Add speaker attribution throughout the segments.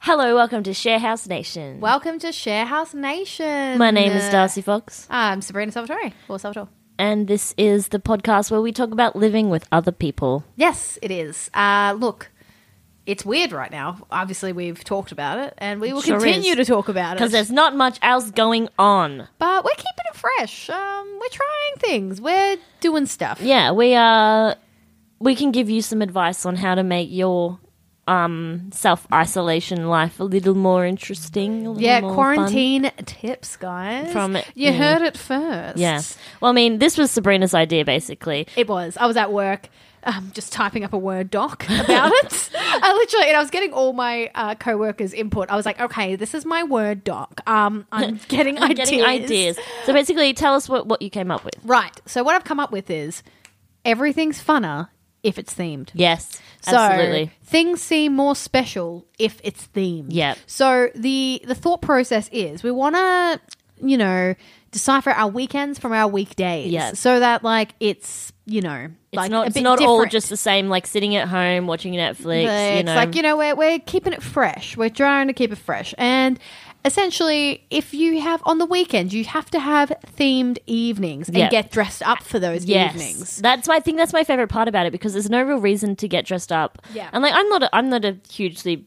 Speaker 1: Hello, welcome to Sharehouse Nation.
Speaker 2: Welcome to Sharehouse Nation.
Speaker 1: My name is Darcy Fox,
Speaker 2: I'm Sabrina Salvatore, or Salvatore.
Speaker 1: and this is the podcast where we talk about living with other people.
Speaker 2: Yes, it is. Uh, look, it's weird right now. Obviously, we've talked about it, and we will
Speaker 1: sure
Speaker 2: continue
Speaker 1: is.
Speaker 2: to talk about
Speaker 1: Because
Speaker 2: it.
Speaker 1: there's not much else going on.
Speaker 2: But we're keeping it fresh. Um, we're trying things. We're doing stuff.
Speaker 1: Yeah, we are. We can give you some advice on how to make your um, self isolation life a little more interesting. A little
Speaker 2: Yeah,
Speaker 1: more fun.
Speaker 2: quarantine tips, guys.
Speaker 1: From-
Speaker 2: you
Speaker 1: mm.
Speaker 2: heard it first.
Speaker 1: Yeah. Well, I mean, this was Sabrina's idea, basically.
Speaker 2: It was. I was at work. Um, just typing up a Word doc about it. I literally, and I was getting all my uh, co-workers' input. I was like, okay, this is my Word doc. Um, I'm getting
Speaker 1: I'm
Speaker 2: ideas.
Speaker 1: Getting ideas. So basically, tell us what, what you came up with.
Speaker 2: Right. So what I've come up with is everything's funner if it's themed.
Speaker 1: Yes,
Speaker 2: So
Speaker 1: absolutely.
Speaker 2: things seem more special if it's themed.
Speaker 1: Yep.
Speaker 2: So the the thought process is we want to, you know, decipher our weekends from our weekdays.
Speaker 1: Yeah.
Speaker 2: So that like it's you know
Speaker 1: It's
Speaker 2: like
Speaker 1: not,
Speaker 2: a
Speaker 1: it's
Speaker 2: bit
Speaker 1: not all
Speaker 2: different.
Speaker 1: just the same, like sitting at home watching Netflix.
Speaker 2: It's
Speaker 1: you know.
Speaker 2: like you know we're we're keeping it fresh. We're trying to keep it fresh and. Essentially, if you have on the weekend, you have to have themed evenings and
Speaker 1: Yeah.
Speaker 2: get dressed up for those
Speaker 1: Yes,
Speaker 2: evenings.
Speaker 1: that's my. I think that's my favorite part about it because there's no real reason to get dressed up.
Speaker 2: Yeah.
Speaker 1: and like I'm not. A, I'm not a hugely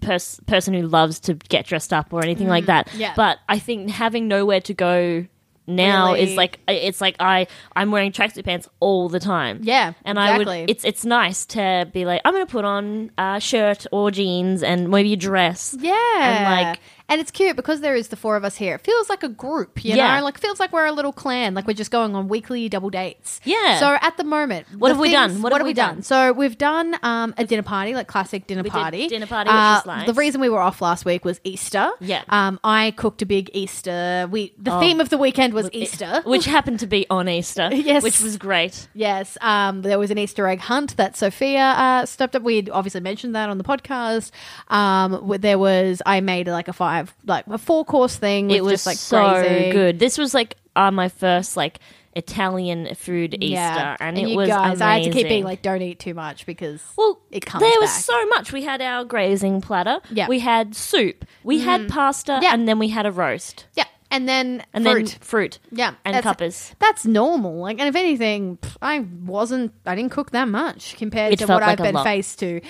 Speaker 1: pers- person who loves to get dressed up or anything like that.
Speaker 2: Mm, yeah.
Speaker 1: but I think having nowhere to go now
Speaker 2: Really-
Speaker 1: is like it's like I I'm wearing tracksuit pants all the time.
Speaker 2: Yeah,
Speaker 1: and I
Speaker 2: exactly.
Speaker 1: would. It's it's nice to be like I'm going to put on a shirt or jeans and maybe a dress.
Speaker 2: Yeah.
Speaker 1: And, like-
Speaker 2: and it's cute because there is the four of us here. It feels like a group, you
Speaker 1: Yeah.
Speaker 2: know? Like, feels like we're a little clan. Like, we're just going on weekly double dates.
Speaker 1: Yeah.
Speaker 2: So, at the moment,
Speaker 1: What
Speaker 2: the
Speaker 1: have we done?
Speaker 2: What, have we done? So, we've done um, a dinner party, like classic dinner
Speaker 1: We did
Speaker 2: party. Uh,
Speaker 1: dinner party, which was nice.
Speaker 2: The reason we were off last week was Easter.
Speaker 1: Yeah. Oh.
Speaker 2: Um, I cooked a big Easter. We The theme of the weekend was Easter.
Speaker 1: which happened to be on Easter.
Speaker 2: Yes.
Speaker 1: which was great.
Speaker 2: Yes, um, there was an Easter egg hunt that Sophia uh, stepped up. We'd obviously mentioned that on the podcast. Um, wh- there was I made like a five, like a four course thing. With
Speaker 1: it was
Speaker 2: just, like
Speaker 1: so
Speaker 2: crazy.
Speaker 1: good. This was like uh, my first like Italian food Easter, and, it
Speaker 2: you
Speaker 1: was
Speaker 2: guys,
Speaker 1: amazing.
Speaker 2: I had to keep being like, don't eat too much because
Speaker 1: well,
Speaker 2: it comes.
Speaker 1: there was
Speaker 2: back.
Speaker 1: so much. We had our grazing platter.
Speaker 2: Yeah. Mm-hmm.
Speaker 1: we had soup. We had pasta,
Speaker 2: Yeah.
Speaker 1: and then we had a roast,
Speaker 2: yeah, and then
Speaker 1: and
Speaker 2: fruit.
Speaker 1: then fruit.
Speaker 2: yeah,
Speaker 1: and
Speaker 2: that's-
Speaker 1: cuppers.
Speaker 2: That's normal. Like, and if anything, pff, I wasn't. I didn't cook that much compared
Speaker 1: It
Speaker 2: to
Speaker 1: felt
Speaker 2: what
Speaker 1: like
Speaker 2: I've
Speaker 1: a
Speaker 2: been
Speaker 1: lot.
Speaker 2: faced to.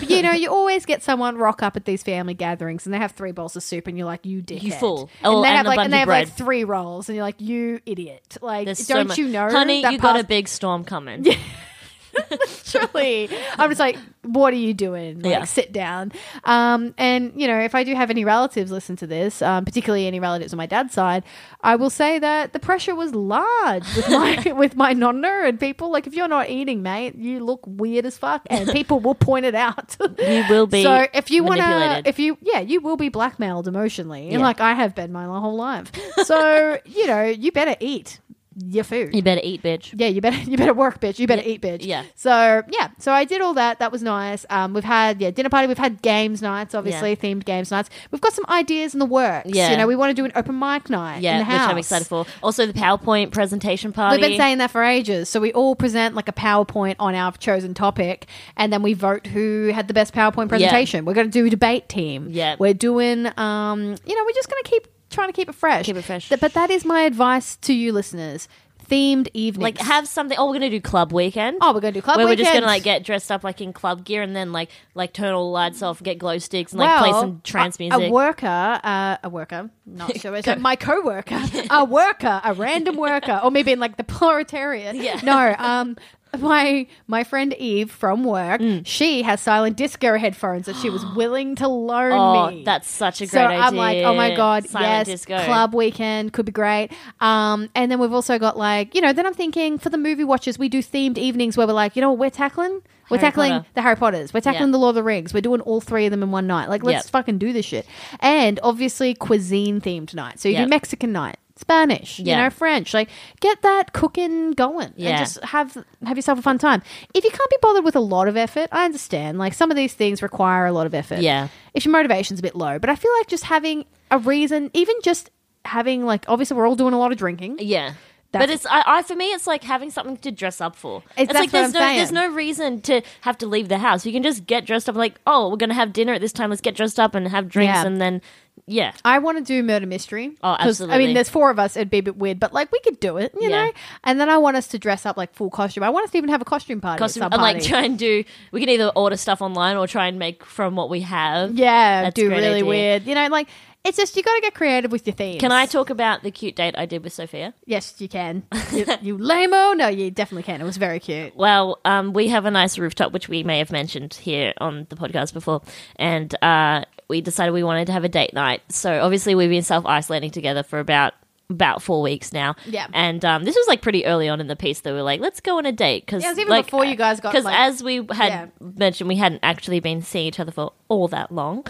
Speaker 2: But, you know, you always get someone rock up at these family gatherings, and they have three bowls of soup, and you're like, "You dickhead!"
Speaker 1: fool.
Speaker 2: And
Speaker 1: Oh,
Speaker 2: they
Speaker 1: and
Speaker 2: have
Speaker 1: a
Speaker 2: like,
Speaker 1: bunch
Speaker 2: and they
Speaker 1: of
Speaker 2: have like
Speaker 1: bread.
Speaker 2: three rolls, and you're like, "You idiot!" Like,
Speaker 1: There's so
Speaker 2: don't
Speaker 1: much-
Speaker 2: you know,
Speaker 1: honey?
Speaker 2: that
Speaker 1: You got a
Speaker 2: past-
Speaker 1: big storm coming.
Speaker 2: Truly, I'm just like, what are you doing? Like,
Speaker 1: Yeah.
Speaker 2: sit down. Um, and you know, if I do have any relatives listen to this, um, particularly any relatives on my dad's side, I will say that the pressure was large with my with my nonna and people. Like, if you're not eating, mate, you look weird as fuck, and people will point it out.
Speaker 1: You will be
Speaker 2: so if you want to,
Speaker 1: manipulated.
Speaker 2: if you yeah, you will be blackmailed emotionally,
Speaker 1: Yeah.
Speaker 2: like I have been my whole life. So you know, you better eat your food.
Speaker 1: you better eat, bitch.
Speaker 2: Yeah, you better you better work, bitch. You better eat, bitch.
Speaker 1: yeah.
Speaker 2: So yeah, so I did all that. That was nice. Um, we've had yeah dinner party. We've had games nights, obviously
Speaker 1: Yeah.
Speaker 2: themed games nights. We've got some ideas in the works.
Speaker 1: Yeah.
Speaker 2: you know we want to do an open mic night.
Speaker 1: Yeah,
Speaker 2: in the
Speaker 1: which
Speaker 2: house.
Speaker 1: I'm excited for. Also, the PowerPoint presentation party.
Speaker 2: We've been saying that for ages. So we all present like a PowerPoint on our chosen topic, and then we vote who had the best PowerPoint presentation. We're going to do a debate team.
Speaker 1: Yeah.
Speaker 2: we're doing. Um, you know, we're just going to keep trying to keep it fresh.
Speaker 1: Keep it fresh.
Speaker 2: Th- But that is my advice to you, listeners. Themed evenings.
Speaker 1: like have something. Oh, we're gonna do club weekend.
Speaker 2: Oh, we're gonna do club
Speaker 1: where we're just
Speaker 2: weekend.
Speaker 1: gonna like get dressed up like in club gear and then like like turn all the lights off, get glow sticks, and like play
Speaker 2: Well,
Speaker 1: some trance
Speaker 2: a-
Speaker 1: music.
Speaker 2: A worker, uh, a worker, not sure. it's like my coworker, a worker, a random worker, or maybe in like the proletariat.
Speaker 1: Yeah.
Speaker 2: No, um, my my friend Eve from work,
Speaker 1: Mm.
Speaker 2: she has silent disco headphones that she was willing to loan
Speaker 1: oh,
Speaker 2: me.
Speaker 1: that's such a great
Speaker 2: so
Speaker 1: idea.
Speaker 2: I'm like, oh my god, yes,
Speaker 1: Silent disco.
Speaker 2: club weekend could be great. Um, and then we've also got like, you know, then I'm thinking for the movie watchers, we do themed evenings where we're like, you know, what we're tackling, we're
Speaker 1: Harry
Speaker 2: tackling
Speaker 1: Potter.
Speaker 2: the Harry Potters, we're tackling
Speaker 1: Yeah.
Speaker 2: the Lord of the Rings, we're doing all three of them in one night. Like, let's
Speaker 1: Yep.
Speaker 2: fucking do this shit. And obviously, cuisine themed night. So you
Speaker 1: Yep.
Speaker 2: do Mexican night. Spanish,
Speaker 1: Yeah.
Speaker 2: you know, French, like get that cooking going
Speaker 1: Yeah.
Speaker 2: and just have have yourself a fun time. If you can't be bothered with a lot of effort, I understand. Like some of these things require a lot of effort
Speaker 1: Yeah.
Speaker 2: if your motivation's a bit low. But I feel like just having a reason, even just having like obviously we're all doing a lot of drinking.
Speaker 1: Yeah.
Speaker 2: That's-
Speaker 1: but it's I, I for me it's like having something to dress up for. It's,
Speaker 2: that's
Speaker 1: like
Speaker 2: what
Speaker 1: there's
Speaker 2: I'm
Speaker 1: no there's
Speaker 2: saying.
Speaker 1: no reason to have to leave the house. You can just get dressed up like, oh, we're gonna have dinner at this time, let's get dressed up and have drinks
Speaker 2: Yeah.
Speaker 1: and then yeah.
Speaker 2: I want to do murder mystery.
Speaker 1: Oh,
Speaker 2: 'Cause, I
Speaker 1: absolutely.
Speaker 2: mean, there's four of us. It'd be a bit weird, but like we could do it, you
Speaker 1: Yeah.
Speaker 2: know. And then I want us to dress up like full costume. I want us to even have a costume party. at
Speaker 1: Costume
Speaker 2: some
Speaker 1: and like
Speaker 2: party.
Speaker 1: try and do we can either order stuff online or try and make from what we have.
Speaker 2: yeah,
Speaker 1: That's a
Speaker 2: do
Speaker 1: great
Speaker 2: really
Speaker 1: idea.
Speaker 2: weird. You know, like it's just you got to get creative with your themes.
Speaker 1: Can I talk about the cute date I did with Sophia?
Speaker 2: Yes, you can. You, you lameo. No, you definitely can. It was very cute.
Speaker 1: Well, um, we have a nice rooftop, which we may have mentioned here on the podcast before, and uh, we decided we wanted to have a date night. So obviously, we've been self isolating together for about about four weeks now.
Speaker 2: Yeah.
Speaker 1: and um, this was like pretty early on in the piece that we were like, let's go on a date because
Speaker 2: Yeah, it was even before you guys got,
Speaker 1: because
Speaker 2: like-
Speaker 1: as we had
Speaker 2: Yeah.
Speaker 1: mentioned, we hadn't actually been seeing each other for all that long.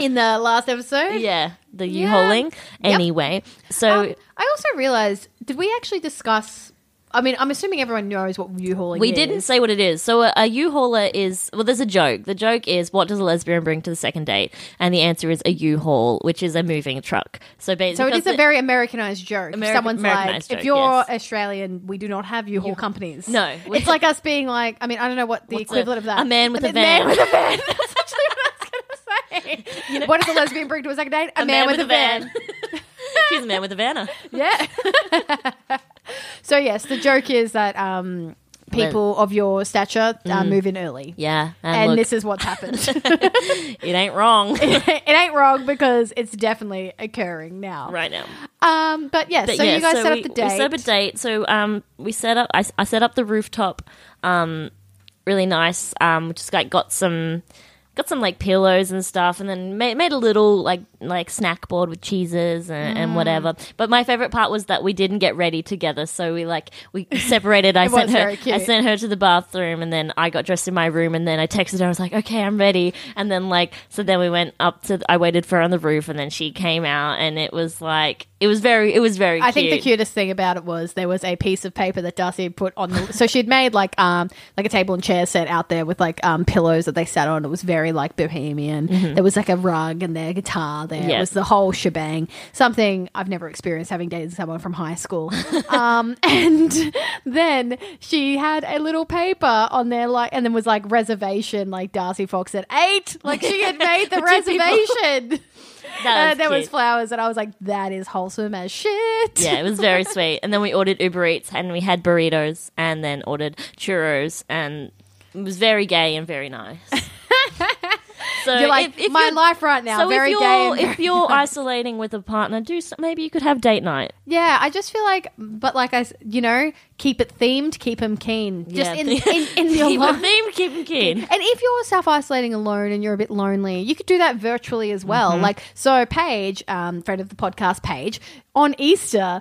Speaker 2: In the last episode,
Speaker 1: Yeah, the
Speaker 2: Yeah.
Speaker 1: u-hauling
Speaker 2: Yep.
Speaker 1: anyway. So
Speaker 2: Um, I also realized, did we actually discuss? I mean, I'm assuming everyone knows what U-hauling
Speaker 1: We
Speaker 2: is.
Speaker 1: didn't say what it is. So a, a U-hauler is well. There's a joke. The joke is what does a lesbian bring to the second date? And the answer is a U-haul, which is a moving truck. So
Speaker 2: So
Speaker 1: basically,
Speaker 2: it is a very Americanized joke.
Speaker 1: Ameri-
Speaker 2: if someone's like,
Speaker 1: Americanized
Speaker 2: if
Speaker 1: joke,
Speaker 2: you're
Speaker 1: yes.
Speaker 2: Australian, we do not have U-Haul companies.
Speaker 1: No.
Speaker 2: it's like us being like, I mean, I don't know what the
Speaker 1: What's a-
Speaker 2: equivalent of that.
Speaker 1: a man with a van.
Speaker 2: man with a van. That's actually what I was going to say. what does a lesbian bring to a second date? A, man, with, a van.
Speaker 1: She's a man with a vanner.
Speaker 2: yeah. so yes, the joke is that um, people of your stature uh, move in early.
Speaker 1: Mm. Yeah, and,
Speaker 2: And
Speaker 1: look,
Speaker 2: this is what's happened.
Speaker 1: it ain't wrong
Speaker 2: it ain't wrong because it's definitely occurring now.
Speaker 1: right now.
Speaker 2: Um, but yeah,
Speaker 1: But
Speaker 2: so
Speaker 1: yeah,
Speaker 2: you guys
Speaker 1: so
Speaker 2: set
Speaker 1: we,
Speaker 2: up the
Speaker 1: We
Speaker 2: date.
Speaker 1: set up a date. So um, we set up. I, s- I set up the rooftop. Um, really nice. Um, just like got some. Got some like pillows and stuff, and then made, made a little like like snack board with cheeses and,
Speaker 2: Mm.
Speaker 1: and whatever. But my favorite part was that we didn't get ready together, so we like we separated. I
Speaker 2: It was
Speaker 1: sent her
Speaker 2: very cute.
Speaker 1: I sent her to the bathroom, and then I got dressed in my room, and then I texted her. I was like, "Okay, I'm ready." And then like so, then we went up to. I waited for her on the roof, and then she came out, and it was like it was very it was very.
Speaker 2: I think the cutest thing about it was there was a piece of paper that Darcy had put on the so she'd made like um like a table and chair set out there with like um pillows that they sat on. It was very like bohemian. There was like a rug and their guitar there.
Speaker 1: Mm-hmm. Yeah.
Speaker 2: It was the whole shebang. Something I've never experienced having dated someone from high school. um and then she had a little paper on there like and then was like reservation like Darcy Fox at eight. Like she had made the reservation.
Speaker 1: That
Speaker 2: Uh, there was
Speaker 1: cute.
Speaker 2: flowers, and I was like, "That is wholesome as shit."
Speaker 1: yeah, it was very sweet. And then we ordered Uber Eats and we had burritos and then ordered churros and it was very gay and very nice. So
Speaker 2: You're like
Speaker 1: if, if
Speaker 2: my
Speaker 1: you're-
Speaker 2: life right now,
Speaker 1: So
Speaker 2: very
Speaker 1: if
Speaker 2: gay.
Speaker 1: you're
Speaker 2: and-
Speaker 1: if you're isolating with a partner, do some, maybe you could have date night.
Speaker 2: yeah, I just feel like, but like I, s- you know, keep it themed, keep them keen. Just
Speaker 1: Yeah,
Speaker 2: in,
Speaker 1: the-
Speaker 2: in, in your
Speaker 1: keep a
Speaker 2: life.
Speaker 1: theme, keep 'em keen.
Speaker 2: And if you're self isolating alone and you're a bit lonely, you could do that virtually as well.
Speaker 1: Mm-hmm.
Speaker 2: Like, so Paige, um, friend of the podcast, Paige, on Easter,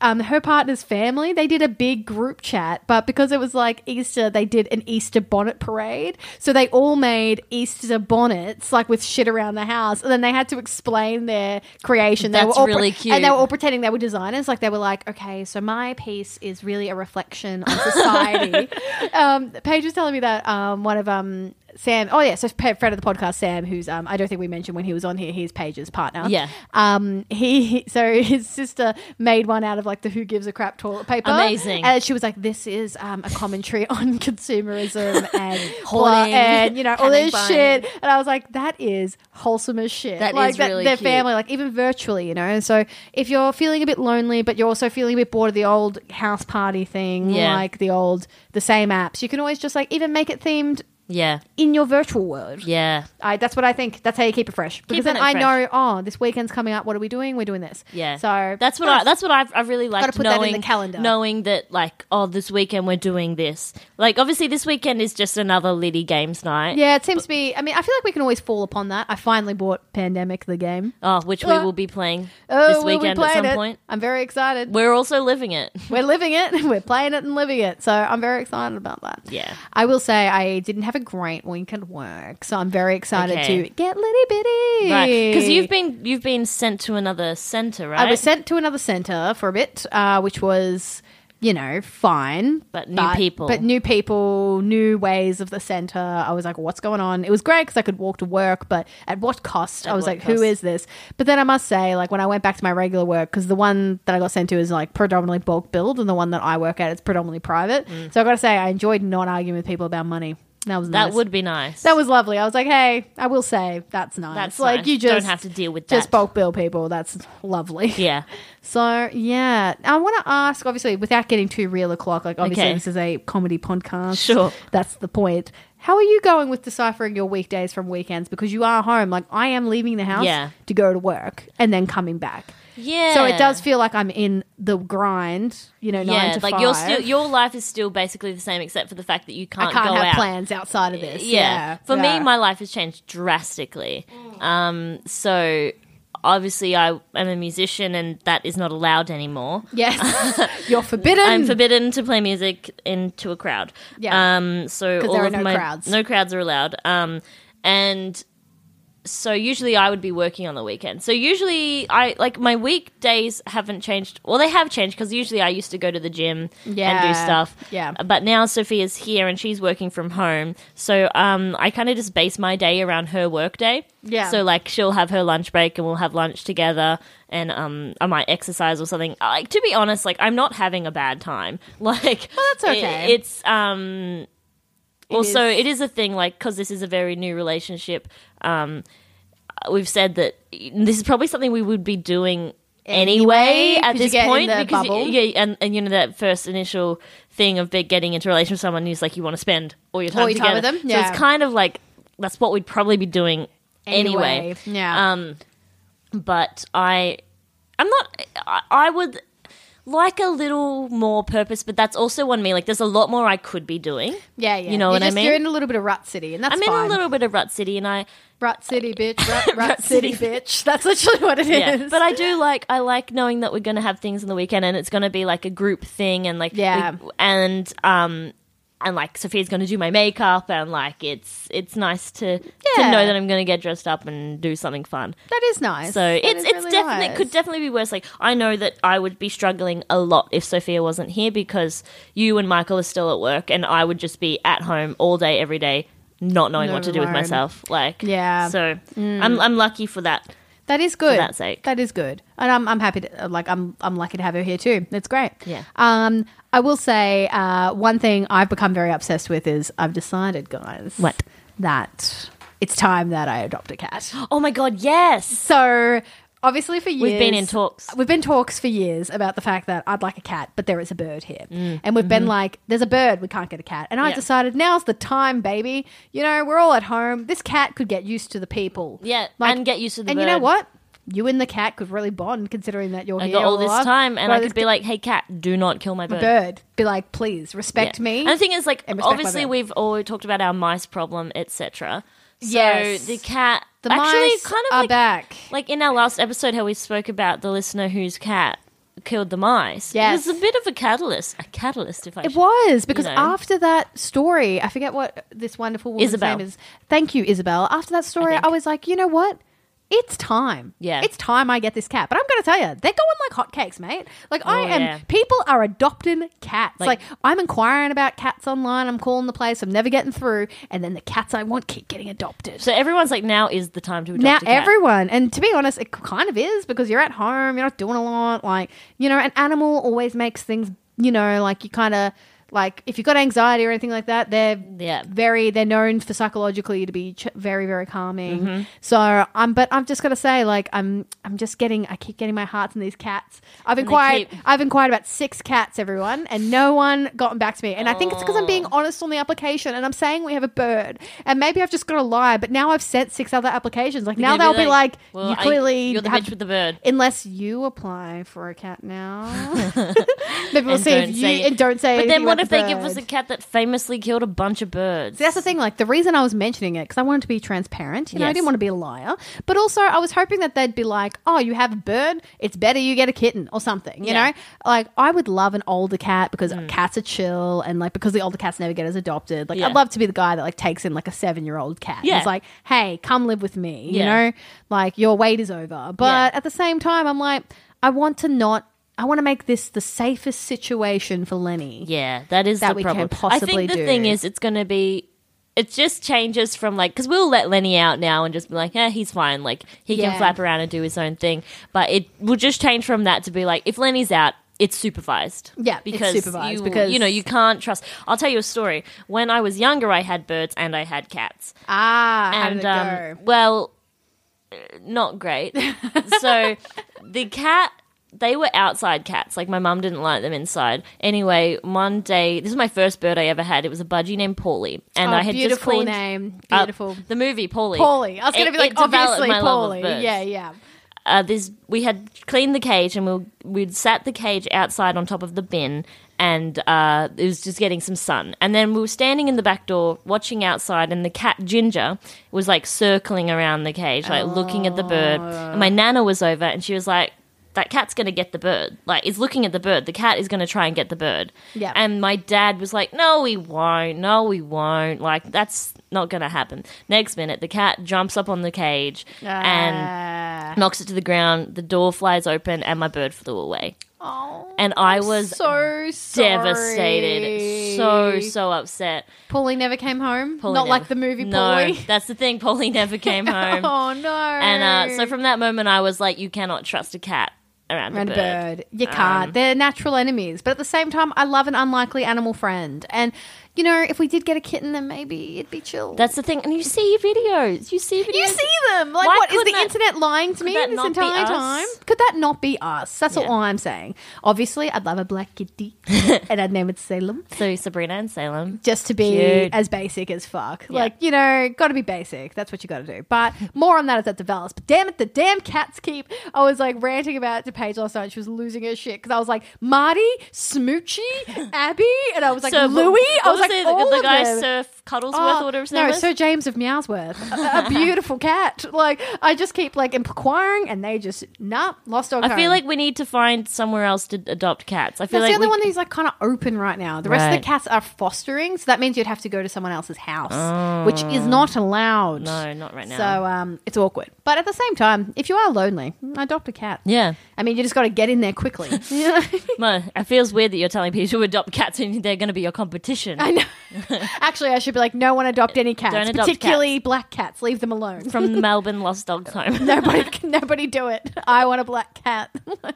Speaker 2: um, her partner's family, they did a big group chat, but because it was like Easter, they did an Easter bonnet parade. So they all made Easter bonnets, like with shit around the house. And then they had to explain their creation. they
Speaker 1: That's
Speaker 2: were all
Speaker 1: really cute.
Speaker 2: And they were all pretending they were designers. Like, they were like, okay, so my piece is really a reflection on society. um, Paige was telling me that um, one of um, Sam. Oh yeah, so pa- friend of the podcast, Sam, who's um, I don't think we mentioned when he was on here. He's Paige's partner.
Speaker 1: Yeah.
Speaker 2: Um. He so his sister made one out of like the Who Gives a Crap toilet paper.
Speaker 1: Amazing.
Speaker 2: And she was like, "This is um, a commentary on consumerism and hoarding
Speaker 1: Hoarding,
Speaker 2: and you know all
Speaker 1: panic
Speaker 2: this
Speaker 1: buying.
Speaker 2: shit." And I was like, "That is wholesome as shit."
Speaker 1: That
Speaker 2: like
Speaker 1: is really
Speaker 2: their
Speaker 1: cute.
Speaker 2: family, like even virtually, you know. And so if you're feeling a bit lonely, but you're also feeling a bit bored of the old house party thing,
Speaker 1: Yeah.
Speaker 2: like the old the same apps, you can always just like even make it themed
Speaker 1: Yeah,
Speaker 2: in your virtual world.
Speaker 1: yeah,
Speaker 2: I, that's what I think. That's how you keep it fresh.
Speaker 1: Keeping
Speaker 2: Because then
Speaker 1: it
Speaker 2: I
Speaker 1: fresh.
Speaker 2: know, oh, this weekend's coming up. What are we doing? We're doing this.
Speaker 1: yeah.
Speaker 2: So
Speaker 1: that's what I that's what I've, I've really liked
Speaker 2: put that in
Speaker 1: knowing
Speaker 2: the calendar.
Speaker 1: knowing that like oh this weekend we're doing this. Like obviously this weekend is just another Liddy games night.
Speaker 2: Yeah, it seems to be. I mean, I feel like we can always fall upon that. I finally bought Pandemic the game.
Speaker 1: Oh, which we
Speaker 2: Uh,
Speaker 1: will be playing
Speaker 2: Oh,
Speaker 1: this
Speaker 2: will we
Speaker 1: weekend
Speaker 2: play
Speaker 1: at some
Speaker 2: it?
Speaker 1: point.
Speaker 2: I'm very excited.
Speaker 1: We're also living it.
Speaker 2: We're living it. We're playing it and living it. So I'm very excited about that.
Speaker 1: Yeah.
Speaker 2: I will say I didn't have a great week at work, so I'm very excited
Speaker 1: Okay.
Speaker 2: to get litty bitty.
Speaker 1: Right. Because you've been you've been sent to another center, right?
Speaker 2: I was sent to another centre for a bit, uh, which was you know, fine.
Speaker 1: But new people.
Speaker 2: But new people, new ways of the center. I was like, what's going on? It was great because I could walk to work, but at what cost? I was
Speaker 1: what
Speaker 2: like, who
Speaker 1: cost?
Speaker 2: is this? But then I must say, like, when I went back to my regular work, because the one that I got sent to is like predominantly bulk build, and the one that I work at is predominantly private. So I got to say, I enjoyed not arguing with people about money. That was
Speaker 1: Mm. That
Speaker 2: nice.
Speaker 1: would be nice.
Speaker 2: That was lovely. I was like, hey, I will say that's nice.
Speaker 1: That's
Speaker 2: like
Speaker 1: nice.
Speaker 2: you just
Speaker 1: Don't have to deal with
Speaker 2: just
Speaker 1: that.
Speaker 2: bulk bill people. That's lovely.
Speaker 1: yeah.
Speaker 2: So yeah, I want to ask, obviously, without getting too real a clock. Like obviously,
Speaker 1: Okay.
Speaker 2: this is a comedy podcast.
Speaker 1: Sure.
Speaker 2: that's the point. How are you going with deciphering your weekdays from weekends? Because you are home. Like I am leaving the house
Speaker 1: Yeah.
Speaker 2: to go to work and then coming back.
Speaker 1: Yeah.
Speaker 2: So it does feel like I'm in the grind. You know, nine
Speaker 1: Yeah,
Speaker 2: to
Speaker 1: like
Speaker 2: five.
Speaker 1: your still your life is still basically the same except for the fact that you
Speaker 2: I
Speaker 1: can't,
Speaker 2: can't
Speaker 1: go
Speaker 2: have
Speaker 1: out.
Speaker 2: plans outside of this. Yeah.
Speaker 1: yeah. For
Speaker 2: Yeah.
Speaker 1: me, my life has changed drastically. Um, so obviously, I am a musician, and that is not allowed anymore.
Speaker 2: Hmm. yes, you're forbidden.
Speaker 1: I'm forbidden to play music into a crowd.
Speaker 2: Yeah.
Speaker 1: Um, so
Speaker 2: 'Cause
Speaker 1: all
Speaker 2: there are
Speaker 1: of
Speaker 2: no
Speaker 1: my
Speaker 2: crowds.
Speaker 1: no crowds are allowed. Um, and so usually I would be working on the weekend. So usually I like my weekdays haven't changed. Well, they have changed because usually I used to go to the gym
Speaker 2: Yeah.
Speaker 1: and do stuff.
Speaker 2: Yeah.
Speaker 1: But now Sophia's here and she's working from home, so um, I kind of just base my day around her work day.
Speaker 2: Yeah.
Speaker 1: So like she'll have her lunch break and we'll have lunch together and um I might exercise or something. Like to be honest, like I'm not having a bad time. Like
Speaker 2: Well, that's
Speaker 1: it-
Speaker 2: okay.
Speaker 1: it's um also
Speaker 2: is-
Speaker 1: it is a thing like cuz this is a very new relationship. Um we've said that this is probably something we would be doing
Speaker 2: Anyway,
Speaker 1: anyway
Speaker 2: 'cause
Speaker 1: at
Speaker 2: you
Speaker 1: this
Speaker 2: get in
Speaker 1: point
Speaker 2: the
Speaker 1: because
Speaker 2: bubble.
Speaker 1: yeah and, and you know that first initial thing of big getting into a relationship with someone who's like you want to spend all your time,
Speaker 2: your time
Speaker 1: together.
Speaker 2: with them, yeah.
Speaker 1: So it's kind of like that's what we'd probably be doing anyway Um,
Speaker 2: Yeah.
Speaker 1: but I, I'm not. I, I would like a little more purpose, but that's also on me. Like, there's a lot more I could be doing.
Speaker 2: yeah, yeah.
Speaker 1: you know
Speaker 2: You're
Speaker 1: what I
Speaker 2: just-
Speaker 1: mean?
Speaker 2: You're in a little bit of rut city, and that's
Speaker 1: I'm
Speaker 2: fine.
Speaker 1: in a little bit of rut city, and I,
Speaker 2: Rut City, bitch. Rut, rut
Speaker 1: Rut
Speaker 2: City,
Speaker 1: City.
Speaker 2: bitch. That's literally what it is.
Speaker 1: yeah. But I do like, I like knowing that we're gonna have things on the weekend, and it's gonna be like a group thing, and like,
Speaker 2: Yeah.
Speaker 1: we- and um. And like Sophia's going to do my makeup, and like it's it's nice to
Speaker 2: Yeah.
Speaker 1: to know that I'm going to get dressed up and do something fun.
Speaker 2: that is nice.
Speaker 1: So
Speaker 2: That
Speaker 1: it's
Speaker 2: is
Speaker 1: it's
Speaker 2: really
Speaker 1: definitely
Speaker 2: nice.
Speaker 1: could definitely be worse. Like I know that I would be struggling a lot if Sophia wasn't here because you and Michael are still at work and I would just be at home all day every day not knowing
Speaker 2: No
Speaker 1: what to do with
Speaker 2: alone.
Speaker 1: myself. Like
Speaker 2: Yeah. Mm.
Speaker 1: So I'm I'm lucky for that.
Speaker 2: that is good.
Speaker 1: that sake.
Speaker 2: That is good, and I'm I'm happy to like I'm I'm lucky to have her here too. That's great.
Speaker 1: Yeah.
Speaker 2: Um, I will say uh, one thing I've become very obsessed with is I've decided, guys,
Speaker 1: What?
Speaker 2: that it's time that I adopt a cat.
Speaker 1: Oh my god, yes.
Speaker 2: So obviously for years
Speaker 1: We've been in talks.
Speaker 2: We've been talks for years about the fact that I'd like a cat, but there is a bird here. And we've been like, there's a bird, we can't get a cat. And I
Speaker 1: Mm. Mm-hmm. Yeah.
Speaker 2: decided now's the time, baby. You know, we're all at home. This cat could get used to the people.
Speaker 1: Yeah, and get used to the
Speaker 2: And you know
Speaker 1: bird.
Speaker 2: what? You and the cat could really bond considering that you're
Speaker 1: I
Speaker 2: here.
Speaker 1: got all this
Speaker 2: blah, blah, blah.
Speaker 1: time and
Speaker 2: Bro,
Speaker 1: I
Speaker 2: this
Speaker 1: could be like, "Hey cat, do not kill my bird."
Speaker 2: bird. Be like, please respect
Speaker 1: Yeah.
Speaker 2: me.
Speaker 1: And the thing is, like,
Speaker 2: and respect my
Speaker 1: obviously,
Speaker 2: bird.
Speaker 1: we've all talked about our mice problem, etc. So
Speaker 2: Yes.
Speaker 1: the cat,
Speaker 2: the
Speaker 1: actually,
Speaker 2: mice
Speaker 1: kind of
Speaker 2: are
Speaker 1: like,
Speaker 2: back.
Speaker 1: like in our last episode how we spoke about the listener whose cat killed the mice
Speaker 2: Yes.
Speaker 1: it was a bit of a catalyst a catalyst if i
Speaker 2: It
Speaker 1: should-
Speaker 2: was because
Speaker 1: know.
Speaker 2: after that story, I forget what this wonderful woman's
Speaker 1: Isabel.
Speaker 2: name is. Thank you, Isabel. After that story, I,
Speaker 1: think.
Speaker 2: was like, you know what? It's time.
Speaker 1: Yeah.
Speaker 2: It's time I get this cat. But I'm going to tell you, they're going like hotcakes, mate. Like, I
Speaker 1: Oh,
Speaker 2: am,
Speaker 1: yeah.
Speaker 2: people are adopting cats. Like,
Speaker 1: Like-
Speaker 2: I'm inquiring about cats online. I'm calling the place. I'm never getting through. And then the cats I want keep getting adopted.
Speaker 1: so everyone's like now is the time to adopt
Speaker 2: now
Speaker 1: a cat.
Speaker 2: everyone and to be honest it kind of is because you're at home you're not doing a lot like you know an animal always makes things you know like you kind of like if you've got anxiety or anything like that they're
Speaker 1: Yeah.
Speaker 2: very they're known for psychologically to be ch- very very calming
Speaker 1: Mm-hmm.
Speaker 2: so i'm but i've just got to say like i'm i'm just getting i keep getting my hearts in these cats i've
Speaker 1: they
Speaker 2: inquired
Speaker 1: keep-
Speaker 2: i've inquired about six cats everyone and no one gotten back to me and i think it's because i'm
Speaker 1: Oh.
Speaker 2: being honest on the application and i'm saying we have a bird and maybe i've just got to lie but now i've sent six other applications like now
Speaker 1: They're
Speaker 2: they'll
Speaker 1: gonna
Speaker 2: be like,
Speaker 1: well,
Speaker 2: you
Speaker 1: I-
Speaker 2: clearly
Speaker 1: you're the
Speaker 2: have-
Speaker 1: bitch with the bird
Speaker 2: unless you apply for a cat now. Maybe we'll
Speaker 1: And
Speaker 2: see if
Speaker 1: don't
Speaker 2: you
Speaker 1: say-
Speaker 2: and don't say.
Speaker 1: but
Speaker 2: anything
Speaker 1: then what
Speaker 2: about
Speaker 1: if
Speaker 2: the
Speaker 1: they give us a
Speaker 2: bird.
Speaker 1: cat that famously killed a bunch of birds
Speaker 2: See, that's the thing. Like the reason I was mentioning it because I wanted to be transparent. You know, I
Speaker 1: Yes.
Speaker 2: didn't want to be a liar, but also I was hoping that they'd be like, "Oh, you have a bird. It's better you get a kitten or something." You
Speaker 1: Yeah. Mm.
Speaker 2: know, like I would love an older cat because cats are chill and like because the older cats never get as adopted. Like
Speaker 1: Yeah.
Speaker 2: I'd love to be the guy that like takes in like a seven year old cat.
Speaker 1: Yeah.
Speaker 2: it's like, hey, come live with me. You
Speaker 1: Yeah.
Speaker 2: know, like your wait is over. But at the same time, I'm like, I want to not I want to make this the safest situation for Lenny.
Speaker 1: Yeah, that is
Speaker 2: that
Speaker 1: the
Speaker 2: we
Speaker 1: problem.
Speaker 2: can
Speaker 1: I
Speaker 2: possibly
Speaker 1: think the
Speaker 2: do.
Speaker 1: thing is, it's going to be. It just changes from like because we'll let Lenny out now and just be like, yeah, he's fine. Like he
Speaker 2: Yeah.
Speaker 1: can flap around and do his own thing. But it will just change from that to be like, if Lenny's out, it's supervised.
Speaker 2: Yeah, it's supervised
Speaker 1: you,
Speaker 2: because-
Speaker 1: you know you can't trust. I'll tell you a story. When I was younger, I had birds and I had cats
Speaker 2: Ah, how did
Speaker 1: and
Speaker 2: it
Speaker 1: um,
Speaker 2: go?
Speaker 1: well, uh, not great. so the cat. They were outside cats. Like my mum didn't like them inside. Anyway, one day, this is my first bird I ever had. It was a budgie named Paulie, and
Speaker 2: Oh,
Speaker 1: I had just
Speaker 2: beautiful
Speaker 1: cleaned
Speaker 2: name.
Speaker 1: up
Speaker 2: Beautiful.
Speaker 1: the movie Paulie.
Speaker 2: Paulie. I was going to
Speaker 1: It-
Speaker 2: be like,
Speaker 1: it developed
Speaker 2: obviously,
Speaker 1: my love of
Speaker 2: Paulie.
Speaker 1: birds
Speaker 2: Yeah, yeah.
Speaker 1: uh, this we had cleaned the cage and we we'd sat the cage outside on top of the bin and uh, it was just getting some sun and then we were standing in the back door watching outside and the cat ginger was like circling around the cage like looking at the bird and my nana was over and she was like that cat's going to get the bird like it's looking at the bird the cat is going to try and get the bird
Speaker 2: Yeah.
Speaker 1: and my dad was like no we won't no we won't like that's not going to happen next minute the cat jumps up on the cage and
Speaker 2: Ah.
Speaker 1: knocks it to the ground. The door flies open, and my bird flew away.
Speaker 2: oh,
Speaker 1: And I was
Speaker 2: so sorry.
Speaker 1: devastated, so so upset.
Speaker 2: Paulie never came home.
Speaker 1: Paulie
Speaker 2: Not
Speaker 1: never-
Speaker 2: like the movie
Speaker 1: No,
Speaker 2: Paulie.
Speaker 1: that's the thing. Polly never came home,
Speaker 2: oh no.
Speaker 1: and uh, so from that moment, I was like, you cannot trust a cat around,
Speaker 2: and
Speaker 1: a bird.
Speaker 2: a
Speaker 1: Um,
Speaker 2: bird. You can't. They're natural enemies. But at the same time, I love an unlikely animal friend. And, you know, if we did get a kitten, then maybe it'd be chill.
Speaker 1: That's the thing. And you see videos. You see videos.
Speaker 2: you see them. Like,
Speaker 1: Why
Speaker 2: what is the
Speaker 1: couldn't that-
Speaker 2: internet lying to me
Speaker 1: that
Speaker 2: this
Speaker 1: not be
Speaker 2: entire
Speaker 1: us?
Speaker 2: time? Could that not be us? That's
Speaker 1: Yeah.
Speaker 2: all I'm saying. Obviously, I'd love a black kitty, and I'd name it Salem,
Speaker 1: So Sabrina and Salem.
Speaker 2: just to be
Speaker 1: Cute.
Speaker 2: as basic as fuck.
Speaker 1: Yeah.
Speaker 2: Like, you know, got to be basic. That's what you got to do. But more on that as that develops. But damn it, the damn cats keep. I was like ranting about it to Paige last night. She was losing her shit because I was like Marty, Smoochie, Abby, and I was like Louie.
Speaker 1: what
Speaker 2: I was like
Speaker 1: it,
Speaker 2: all
Speaker 1: the,
Speaker 2: of
Speaker 1: guy
Speaker 2: them.
Speaker 1: Sir Cuddlesworth
Speaker 2: Oh,
Speaker 1: or whatever his
Speaker 2: no,
Speaker 1: name is.
Speaker 2: Sir James of Meowsworth, a, a beautiful cat. Like I just keep like inquiring, and they just nah, lost dog.
Speaker 1: I feel
Speaker 2: home.
Speaker 1: like we need to find somewhere else to adopt cats. I feel
Speaker 2: that's
Speaker 1: like
Speaker 2: the only
Speaker 1: we-
Speaker 2: one that's like kind of open right now. The rest of
Speaker 1: Right.
Speaker 2: the cats are fostering, so that means you'd have to go to someone else's house, which is not allowed.
Speaker 1: Oh. No, not right now.
Speaker 2: So um, it's awkward. But at the same time, if you are lonely, adopt a cat.
Speaker 1: yeah.
Speaker 2: I mean, you just got to get in there quickly.
Speaker 1: No, it feels weird that you're telling people to adopt cats when they're going to be your competition.
Speaker 2: I know. Actually, I should be like, no one adopt any cats,
Speaker 1: Don't adopt
Speaker 2: particularly black cats. Leave them alone.
Speaker 1: From the Melbourne Lost Dogs Home.
Speaker 2: nobody can nobody do it. I want a black cat.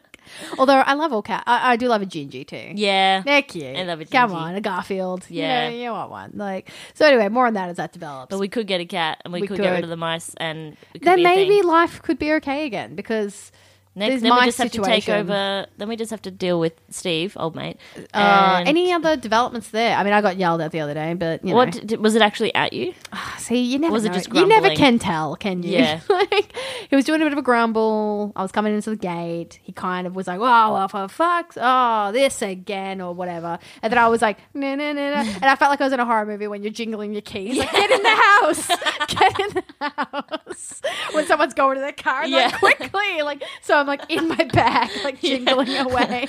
Speaker 2: Although I love all cat, I, I do love a Gingy too.
Speaker 1: yeah.
Speaker 2: They're cute.
Speaker 1: I love a
Speaker 2: Come
Speaker 1: Gingy.
Speaker 2: on, a Garfield. Yeah,
Speaker 1: Yeah.
Speaker 2: you, know, you want one. Like so. Anyway, more on that as that develops.
Speaker 1: But we could get a cat and we,
Speaker 2: We
Speaker 1: could, get
Speaker 2: could.
Speaker 1: rid of the mice and it could
Speaker 2: then
Speaker 1: be a
Speaker 2: maybe
Speaker 1: thing.
Speaker 2: life could be okay again because
Speaker 1: Next,
Speaker 2: there's
Speaker 1: then we
Speaker 2: my
Speaker 1: just have to take
Speaker 2: situation.
Speaker 1: over. Then we just have to deal with Steve, old mate.
Speaker 2: uh,
Speaker 1: And
Speaker 2: any other developments there. I mean, I got yelled at the other day, but you
Speaker 1: what
Speaker 2: know,
Speaker 1: did- was it actually at you?
Speaker 2: see, you never
Speaker 1: was it
Speaker 2: know.
Speaker 1: just
Speaker 2: you never
Speaker 1: grumbling?
Speaker 2: can tell, can you?
Speaker 1: Yeah.
Speaker 2: like he was doing a bit of a grumble. I was coming into the gate. He kind of was like, "Oh, well, for fuck's, oh, this again, or whatever." And then I was like, "No, no, no, no," and I felt like I was in a horror movie when you're jingling your keys. Like, get in the house, get in the house. When someone's going to their car, and
Speaker 1: Yeah.
Speaker 2: like quickly, like so, I'm like in my bag, like jingling away.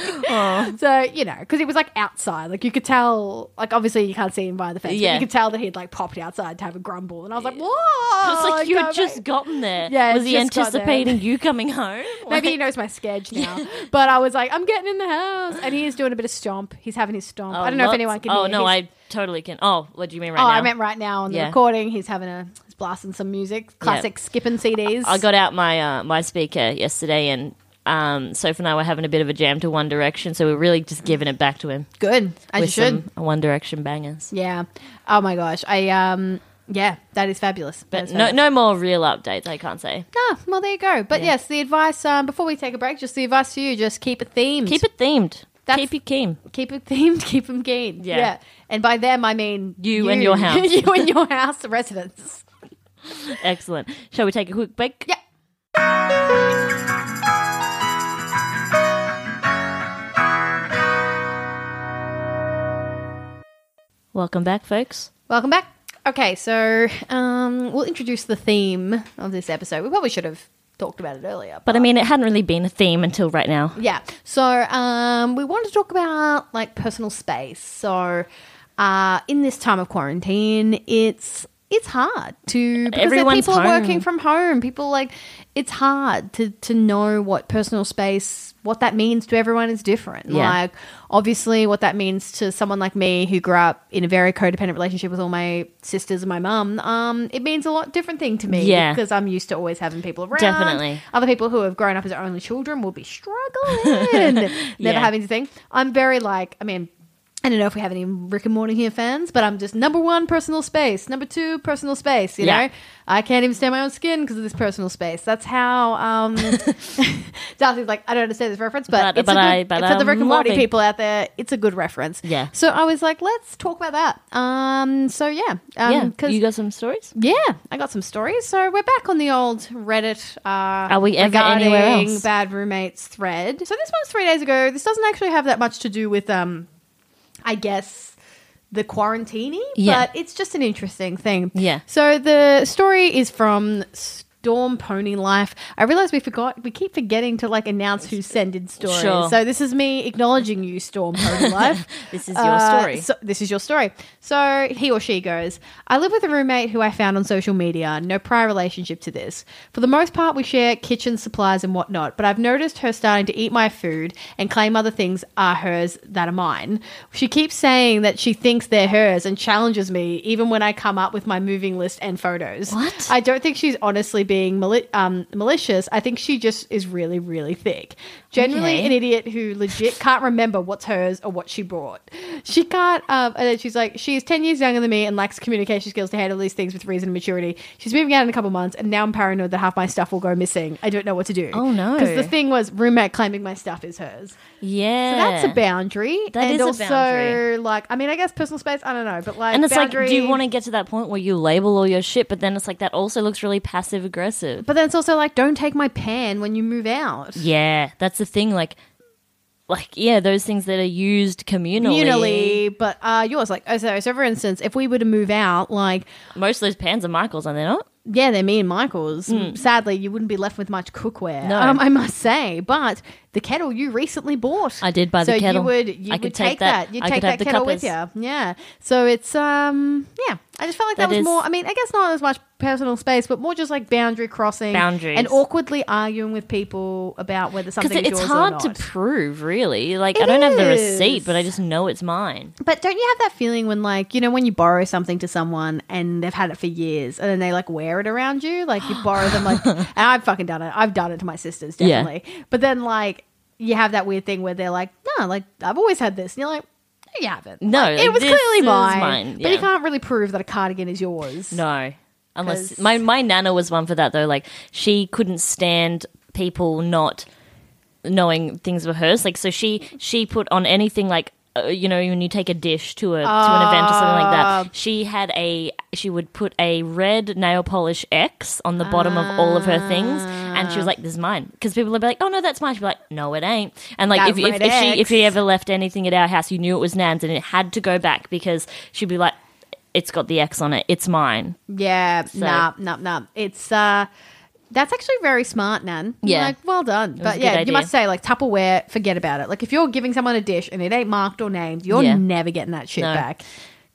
Speaker 2: So you know, because it was like outside, like you could tell, like obviously you can't see him by the fence, but
Speaker 1: Yeah.
Speaker 2: you could tell that he'd like popped outside to have a grumble, and I was like, "Whoa!"
Speaker 1: It's
Speaker 2: Oh,
Speaker 1: like you had
Speaker 2: come
Speaker 1: just gotten there.
Speaker 2: Yeah,
Speaker 1: was he
Speaker 2: just got there.
Speaker 1: anticipating you coming home?
Speaker 2: Maybe he knows my sketch now. But I was like, I'm getting in the house. And he is doing a bit of stomp. He's having his stomp. I don't know if anyone can
Speaker 1: Oh
Speaker 2: hear
Speaker 1: no,
Speaker 2: He's-
Speaker 1: I totally can. Oh, what do you mean right
Speaker 2: Oh,
Speaker 1: now?
Speaker 2: I meant right now on the
Speaker 1: Yeah.
Speaker 2: recording. He's having a he's blasting some music. Classic skipping CDs.
Speaker 1: I got out my uh, my speaker yesterday, and um, Soph and I were having a bit of a jam to One Direction, so we're really just giving it back to him
Speaker 2: good. As you
Speaker 1: with
Speaker 2: should.
Speaker 1: some One Direction bangers.
Speaker 2: Yeah. Oh my gosh. I um yeah, that is fabulous. That
Speaker 1: But
Speaker 2: is
Speaker 1: no,
Speaker 2: fabulous.
Speaker 1: no more real updates. I can't say.
Speaker 2: Ah, well there you go. But yes, the advice um before we take a break, just the advice to you, just keep it themed.
Speaker 1: Keep it themed.
Speaker 2: That's-
Speaker 1: keep it keen.
Speaker 2: keep it themed, keep them keen.
Speaker 1: Yeah.
Speaker 2: And by them I mean
Speaker 1: You and your house.
Speaker 2: you and your house residents.
Speaker 1: Excellent. Shall we take a quick break?
Speaker 2: Yeah.
Speaker 1: Welcome back, folks.
Speaker 2: Welcome back. Okay, so um, we'll introduce the theme of this episode. We probably should have talked about it earlier,
Speaker 1: But I mean, it hadn't really been a theme until right now.
Speaker 2: yeah. So um, we want to talk about like personal space. So uh, in this time of quarantine, it's it's hard to because
Speaker 1: Everyone's
Speaker 2: people are
Speaker 1: home.
Speaker 2: working from home. People like it's hard to to know what personal space what that means to everyone is different.
Speaker 1: Yeah.
Speaker 2: Like obviously what that means to someone like me who grew up in a very codependent relationship with all my sisters and my mum, um, it means a lot different thing to me.
Speaker 1: Yeah.
Speaker 2: Because I'm used to always having people around.
Speaker 1: Definitely.
Speaker 2: Other people who have grown up as their only children will be struggling. Never
Speaker 1: Yeah.
Speaker 2: having to think. I'm very like I mean I don't know if we have any Rick and Morty here fans, but I'm just number one personal space, number two personal space. You
Speaker 1: Yeah.
Speaker 2: know, I can't even stand my own skin because of this personal space. That's how um, Darcy's like. I don't understand this reference, but,
Speaker 1: But-
Speaker 2: it's
Speaker 1: but
Speaker 2: a good,
Speaker 1: I- but
Speaker 2: for the
Speaker 1: I'm
Speaker 2: Rick and Morty
Speaker 1: loving-
Speaker 2: people out there, it's a good reference.
Speaker 1: Yeah.
Speaker 2: So I was like, let's talk about that. Um. So yeah. Um,
Speaker 1: yeah,
Speaker 2: 'cause-
Speaker 1: you got some stories.
Speaker 2: yeah, I got some stories. So we're back on the old Reddit. Uh, Are
Speaker 1: we ever anywhere else?
Speaker 2: Bad roommates thread. So this one's three days ago. This doesn't actually have that much to do with, um, I guess, the quarantini.
Speaker 1: Yeah.
Speaker 2: But it's just an interesting thing.
Speaker 1: Yeah.
Speaker 2: So the story is from Storm Pony Life. I realize we forgot. We keep forgetting to like announce who sent in stories.
Speaker 1: Sure.
Speaker 2: So this is me acknowledging you, Storm Pony Life.
Speaker 1: This is your
Speaker 2: Uh,
Speaker 1: story.
Speaker 2: so- this is your story. So he or she goes, I live with a roommate who I found on social media, no prior relationship to this. For the most part, we share kitchen supplies and whatnot, but I've noticed her starting to eat my food and claim other things are hers that are mine. She keeps saying that she thinks they're hers and challenges me even when I come up with my moving list and photos.
Speaker 1: What?
Speaker 2: I don't think she's honestly being mali- um, malicious. I think she just is really, really thick. Generally,
Speaker 1: Okay.
Speaker 2: an idiot who legit can't remember what's hers or what she brought. She can't. Um, and then she's like, she's ten years younger than me and lacks communication skills to handle these things with reason and maturity. She's moving out in a couple months, and now I'm paranoid that half my stuff will go missing. I don't know what to do.
Speaker 1: Oh, no.
Speaker 2: Because the thing was, roommate claiming my stuff is hers. So
Speaker 1: Yeah,
Speaker 2: that's a boundary.
Speaker 1: That
Speaker 2: and
Speaker 1: is a
Speaker 2: also,
Speaker 1: boundary.
Speaker 2: like, I mean, I guess personal space. I don't know, but like,
Speaker 1: And it's
Speaker 2: boundary,
Speaker 1: like, do you want to get to that point where you label all your shit? But then it's like that also looks really passive aggressive.
Speaker 2: But then it's also like, don't take my pan when you move out.
Speaker 1: Yeah, that's the thing. Like, like yeah, those things that are used communally.
Speaker 2: Communally, but uh, yours like oh, so, so for instance, if we were to move out, like
Speaker 1: Most of those pans are Michael's, are they not?
Speaker 2: yeah, they're me and Michael's. Sadly, you wouldn't be left with much cookware.
Speaker 1: Mm. No.
Speaker 2: um, I must say. But the kettle you recently bought,
Speaker 1: I did buy the
Speaker 2: so
Speaker 1: kettle.
Speaker 2: You would, you
Speaker 1: I
Speaker 2: would
Speaker 1: could
Speaker 2: take,
Speaker 1: take
Speaker 2: that.
Speaker 1: that.
Speaker 2: You'd
Speaker 1: I
Speaker 2: take
Speaker 1: could
Speaker 2: that
Speaker 1: have the
Speaker 2: kettle with you.
Speaker 1: cuppers.
Speaker 2: Yeah. So it's um yeah. I just felt like that,
Speaker 1: That
Speaker 2: was
Speaker 1: is-
Speaker 2: more. I mean, I guess not as much personal space, but more just like boundary crossing,
Speaker 1: Boundaries.
Speaker 2: and awkwardly arguing with people about whether something
Speaker 1: Because
Speaker 2: is
Speaker 1: it's
Speaker 2: yours or
Speaker 1: hard
Speaker 2: not.
Speaker 1: to prove, really. Like, I
Speaker 2: It
Speaker 1: don't have the
Speaker 2: is.
Speaker 1: receipt, but I just know it's mine.
Speaker 2: But don't you have that feeling when, like, you know, when you borrow something to someone and they've had it for years and then they like wear it around you? Like, you borrow them, like, and I've fucking done it. I've done it to my sisters,
Speaker 1: Yeah.
Speaker 2: definitely. But then, like, you have that weird thing where they're like, no, like, I've always had this. And you're like, no, you haven't.
Speaker 1: No,
Speaker 2: Like, it was
Speaker 1: this
Speaker 2: clearly
Speaker 1: is
Speaker 2: mine.
Speaker 1: mine,
Speaker 2: But you
Speaker 1: yeah.
Speaker 2: can't really prove that a cardigan is yours.
Speaker 1: No, unless
Speaker 2: 'Cause-
Speaker 1: my my nana was one for that though. Like, she couldn't stand people not knowing things were hers. Like, so she she put on anything like. Uh, you know, when you take a dish to a to an event or something like that, she had a she would put a red nail polish X on the bottom of all of her things, and she was like, "This is mine," because people would be like, "Oh no, that's mine." She'd be like, "No, it ain't." And
Speaker 2: That
Speaker 1: like if if,
Speaker 2: red
Speaker 1: if she
Speaker 2: X.
Speaker 1: if you ever left anything at our house, you knew it was Nan's, and it had to go back because she'd be like, "It's got the X on it. It's mine."
Speaker 2: Yeah, nah, nah, nah. It's uh, that's actually very smart, Nan.
Speaker 1: Yeah.
Speaker 2: like well done.
Speaker 1: was
Speaker 2: But
Speaker 1: a
Speaker 2: yeah,
Speaker 1: good
Speaker 2: you
Speaker 1: idea.
Speaker 2: must say like Tupperware, forget about it. Like if you're giving someone a dish and it ain't marked or named, you're
Speaker 1: Yeah.
Speaker 2: never getting that shit
Speaker 1: No.
Speaker 2: back.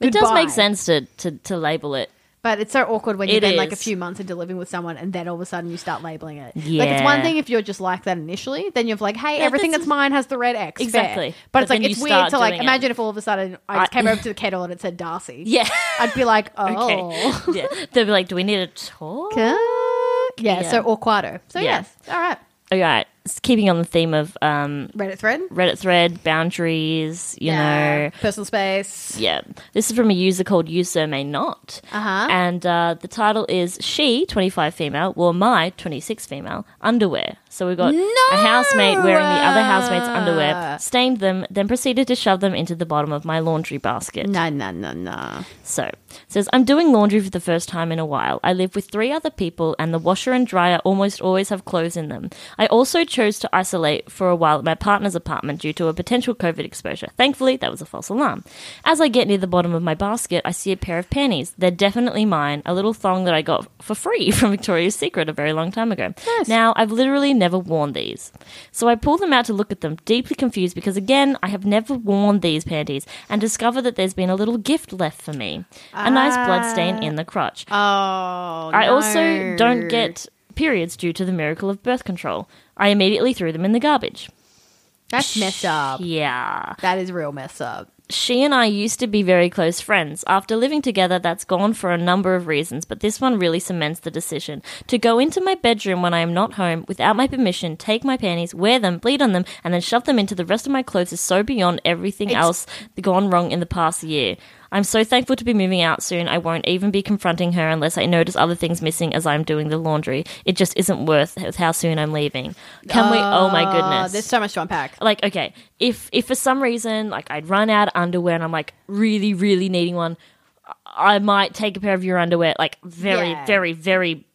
Speaker 1: It does
Speaker 2: Goodbye.
Speaker 1: make sense to to, to label it.
Speaker 2: but it's so awkward when you've
Speaker 1: It
Speaker 2: been like a
Speaker 1: is.
Speaker 2: few months into living with someone, and then all of a sudden you start labeling it. like it's one
Speaker 1: Yeah.
Speaker 2: thing if you're just like that initially, then you're like, hey,
Speaker 1: Yeah,
Speaker 2: everything
Speaker 1: this
Speaker 2: that's
Speaker 1: is-
Speaker 2: mine has the red X. fair.
Speaker 1: Exactly.
Speaker 2: but,
Speaker 1: But
Speaker 2: it's like
Speaker 1: then you
Speaker 2: it's weird
Speaker 1: start
Speaker 2: to like
Speaker 1: doing it.
Speaker 2: imagine if all of a sudden I just
Speaker 1: I-
Speaker 2: came over to the kettle and it said Darcy.
Speaker 1: Yeah.
Speaker 2: I'd be like,
Speaker 1: Okay.
Speaker 2: oh.
Speaker 1: yeah. They'll be like, "Do we need a talk?"
Speaker 2: Yeah, so
Speaker 1: Yeah.
Speaker 2: or quarto. So
Speaker 1: Yeah.
Speaker 2: yes. All right.
Speaker 1: All right. It's keeping on the theme of um,
Speaker 2: Reddit thread. You
Speaker 1: Reddit thread boundaries, you know.
Speaker 2: Personal space.
Speaker 1: Yeah. This is from a user called user may not.
Speaker 2: Uh-huh.
Speaker 1: And uh, the title is She, 25 female, wore my, 26 female, underwear. So we got a housemate wearing the other housemate's underwear, stained them, then proceeded to shove them into the bottom of my laundry basket.
Speaker 2: No, no, no, no.
Speaker 1: So, says, I'm doing laundry for the first time in a while. I live with three other people, and the washer and dryer almost always have clothes in them. I also chose to isolate for a while at my partner's apartment due to a potential COVID exposure. Thankfully, that was a false alarm. As I get near the bottom of my basket, I see a pair of panties. They're definitely mine, a little thong that I got for free from Victoria's Secret a very long time ago. Now, I've literally never never worn these. So I pull them out to look at them, deeply confused because, again, I have never worn these panties and discover that there's been a little gift left for me a nice blood stain in the crotch.
Speaker 2: Oh,
Speaker 1: I also don't get periods due to the miracle of birth control. I immediately threw them in the garbage.
Speaker 2: That's mess up.
Speaker 1: Yeah.
Speaker 2: That is real mess up.
Speaker 1: She and I used to be very close friends. After living together, that's gone for a number of reasons, but this one really cements the decision. To go into my bedroom when I am not home without my permission, take my panties, wear them, bleed on them, and then shove them into the rest of my clothes is so beyond everything else gone wrong in the past year. I'm so thankful to be moving out soon. I won't even be confronting her unless I notice other things missing as I'm doing the laundry. It just isn't worth with how soon I'm leaving. Can we? Oh my
Speaker 2: Uh,
Speaker 1: goodness
Speaker 2: there's so much to unpack.
Speaker 1: like okay if if for some reason like i'd run out of underwear and i'm like really really needing one i might take a pair of your underwear like very
Speaker 2: Yeah.
Speaker 1: very very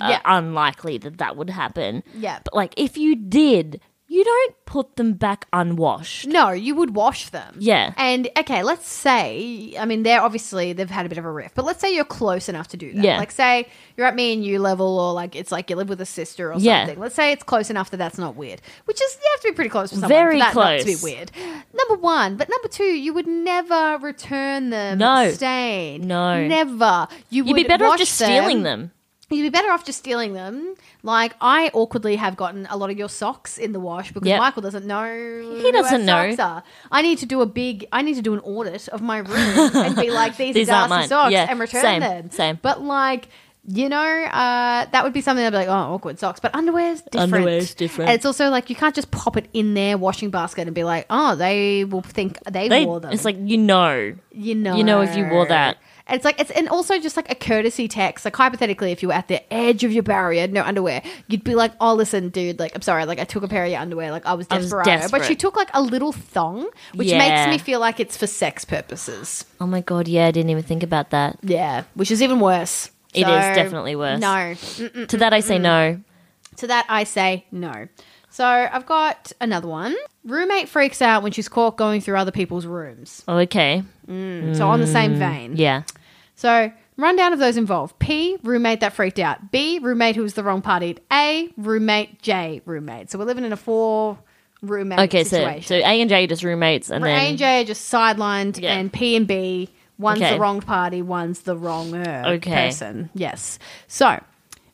Speaker 1: uh,
Speaker 2: Yeah.
Speaker 1: unlikely that that would happen
Speaker 2: Yeah.
Speaker 1: but like if you did you don't put them back unwashed
Speaker 2: No, you would wash them.
Speaker 1: Yeah.
Speaker 2: And okay, let's say, I mean, they're obviously, they've had a bit of a riff, but let's say you're close enough to do that.
Speaker 1: Yeah.
Speaker 2: Like, say you're at me and you level, or like it's like you live with a sister or
Speaker 1: Yeah.
Speaker 2: something. Let's say it's close enough that that's not weird, which is, you have to be pretty close for someone
Speaker 1: Very
Speaker 2: for that not to be
Speaker 1: close.
Speaker 2: weird. Number one. But number two, you would never return them
Speaker 1: No.
Speaker 2: stained.
Speaker 1: No.
Speaker 2: Never. You
Speaker 1: you'd
Speaker 2: would
Speaker 1: be better off
Speaker 2: wash
Speaker 1: just stealing them
Speaker 2: You'd be better off just stealing them. Like I awkwardly have gotten a lot of your socks in the wash because
Speaker 1: Yep.
Speaker 2: Michael doesn't know.
Speaker 1: He doesn't
Speaker 2: where
Speaker 1: know.
Speaker 2: Socks are. I need to do a big. I need to do an audit of my room and be like, these,
Speaker 1: These
Speaker 2: are
Speaker 1: aren't
Speaker 2: nasty
Speaker 1: mine.
Speaker 2: socks,
Speaker 1: Yeah,
Speaker 2: and return
Speaker 1: same,
Speaker 2: them.
Speaker 1: same.
Speaker 2: But like. You know, uh, that would be something I'd be like, oh, awkward socks. But underwear's different.
Speaker 1: Underwear's different.
Speaker 2: And it's also like you can't just pop it in their washing basket and be like, oh, they will think they,
Speaker 1: they
Speaker 2: wore them.
Speaker 1: it's like you know
Speaker 2: You know,
Speaker 1: You know if you wore that.
Speaker 2: It's like it's and also just like a courtesy text. Like hypothetically, if you were at the edge of your barrier, no underwear, you'd be like, "Oh, listen, dude. Like, I'm sorry. Like, I took a pair of your underwear. Like, I was
Speaker 1: was
Speaker 2: desperate. But she
Speaker 1: desperate.
Speaker 2: took like a little thong, which
Speaker 1: Yeah.
Speaker 2: makes me feel like it's for sex purposes.
Speaker 1: oh my god yeah i didn't even think about that
Speaker 2: Yeah, which is even worse.
Speaker 1: It
Speaker 2: It is
Speaker 1: is definitely worse.
Speaker 2: No, Mm,
Speaker 1: to that i say no
Speaker 2: To that, I say no. So I've got another one. Roommate freaks out when she's caught going through other people's rooms.
Speaker 1: oh, okay
Speaker 2: So on the same
Speaker 1: Mm,
Speaker 2: vein,
Speaker 1: yeah
Speaker 2: So, rundown of those involved P, roommate that freaked out. B, roommate who was the wrong party. A, roommate. J, roommate. So, we're living in a four roommate
Speaker 1: okay so
Speaker 2: situation.
Speaker 1: so a and j are just roommates and
Speaker 2: Where A
Speaker 1: then
Speaker 2: and J are just sidelined,
Speaker 1: Yeah.
Speaker 2: and P and B, one's
Speaker 1: Okay.
Speaker 2: the wrong party, one's the wrong uh,
Speaker 1: Okay.
Speaker 2: person. Yes. So,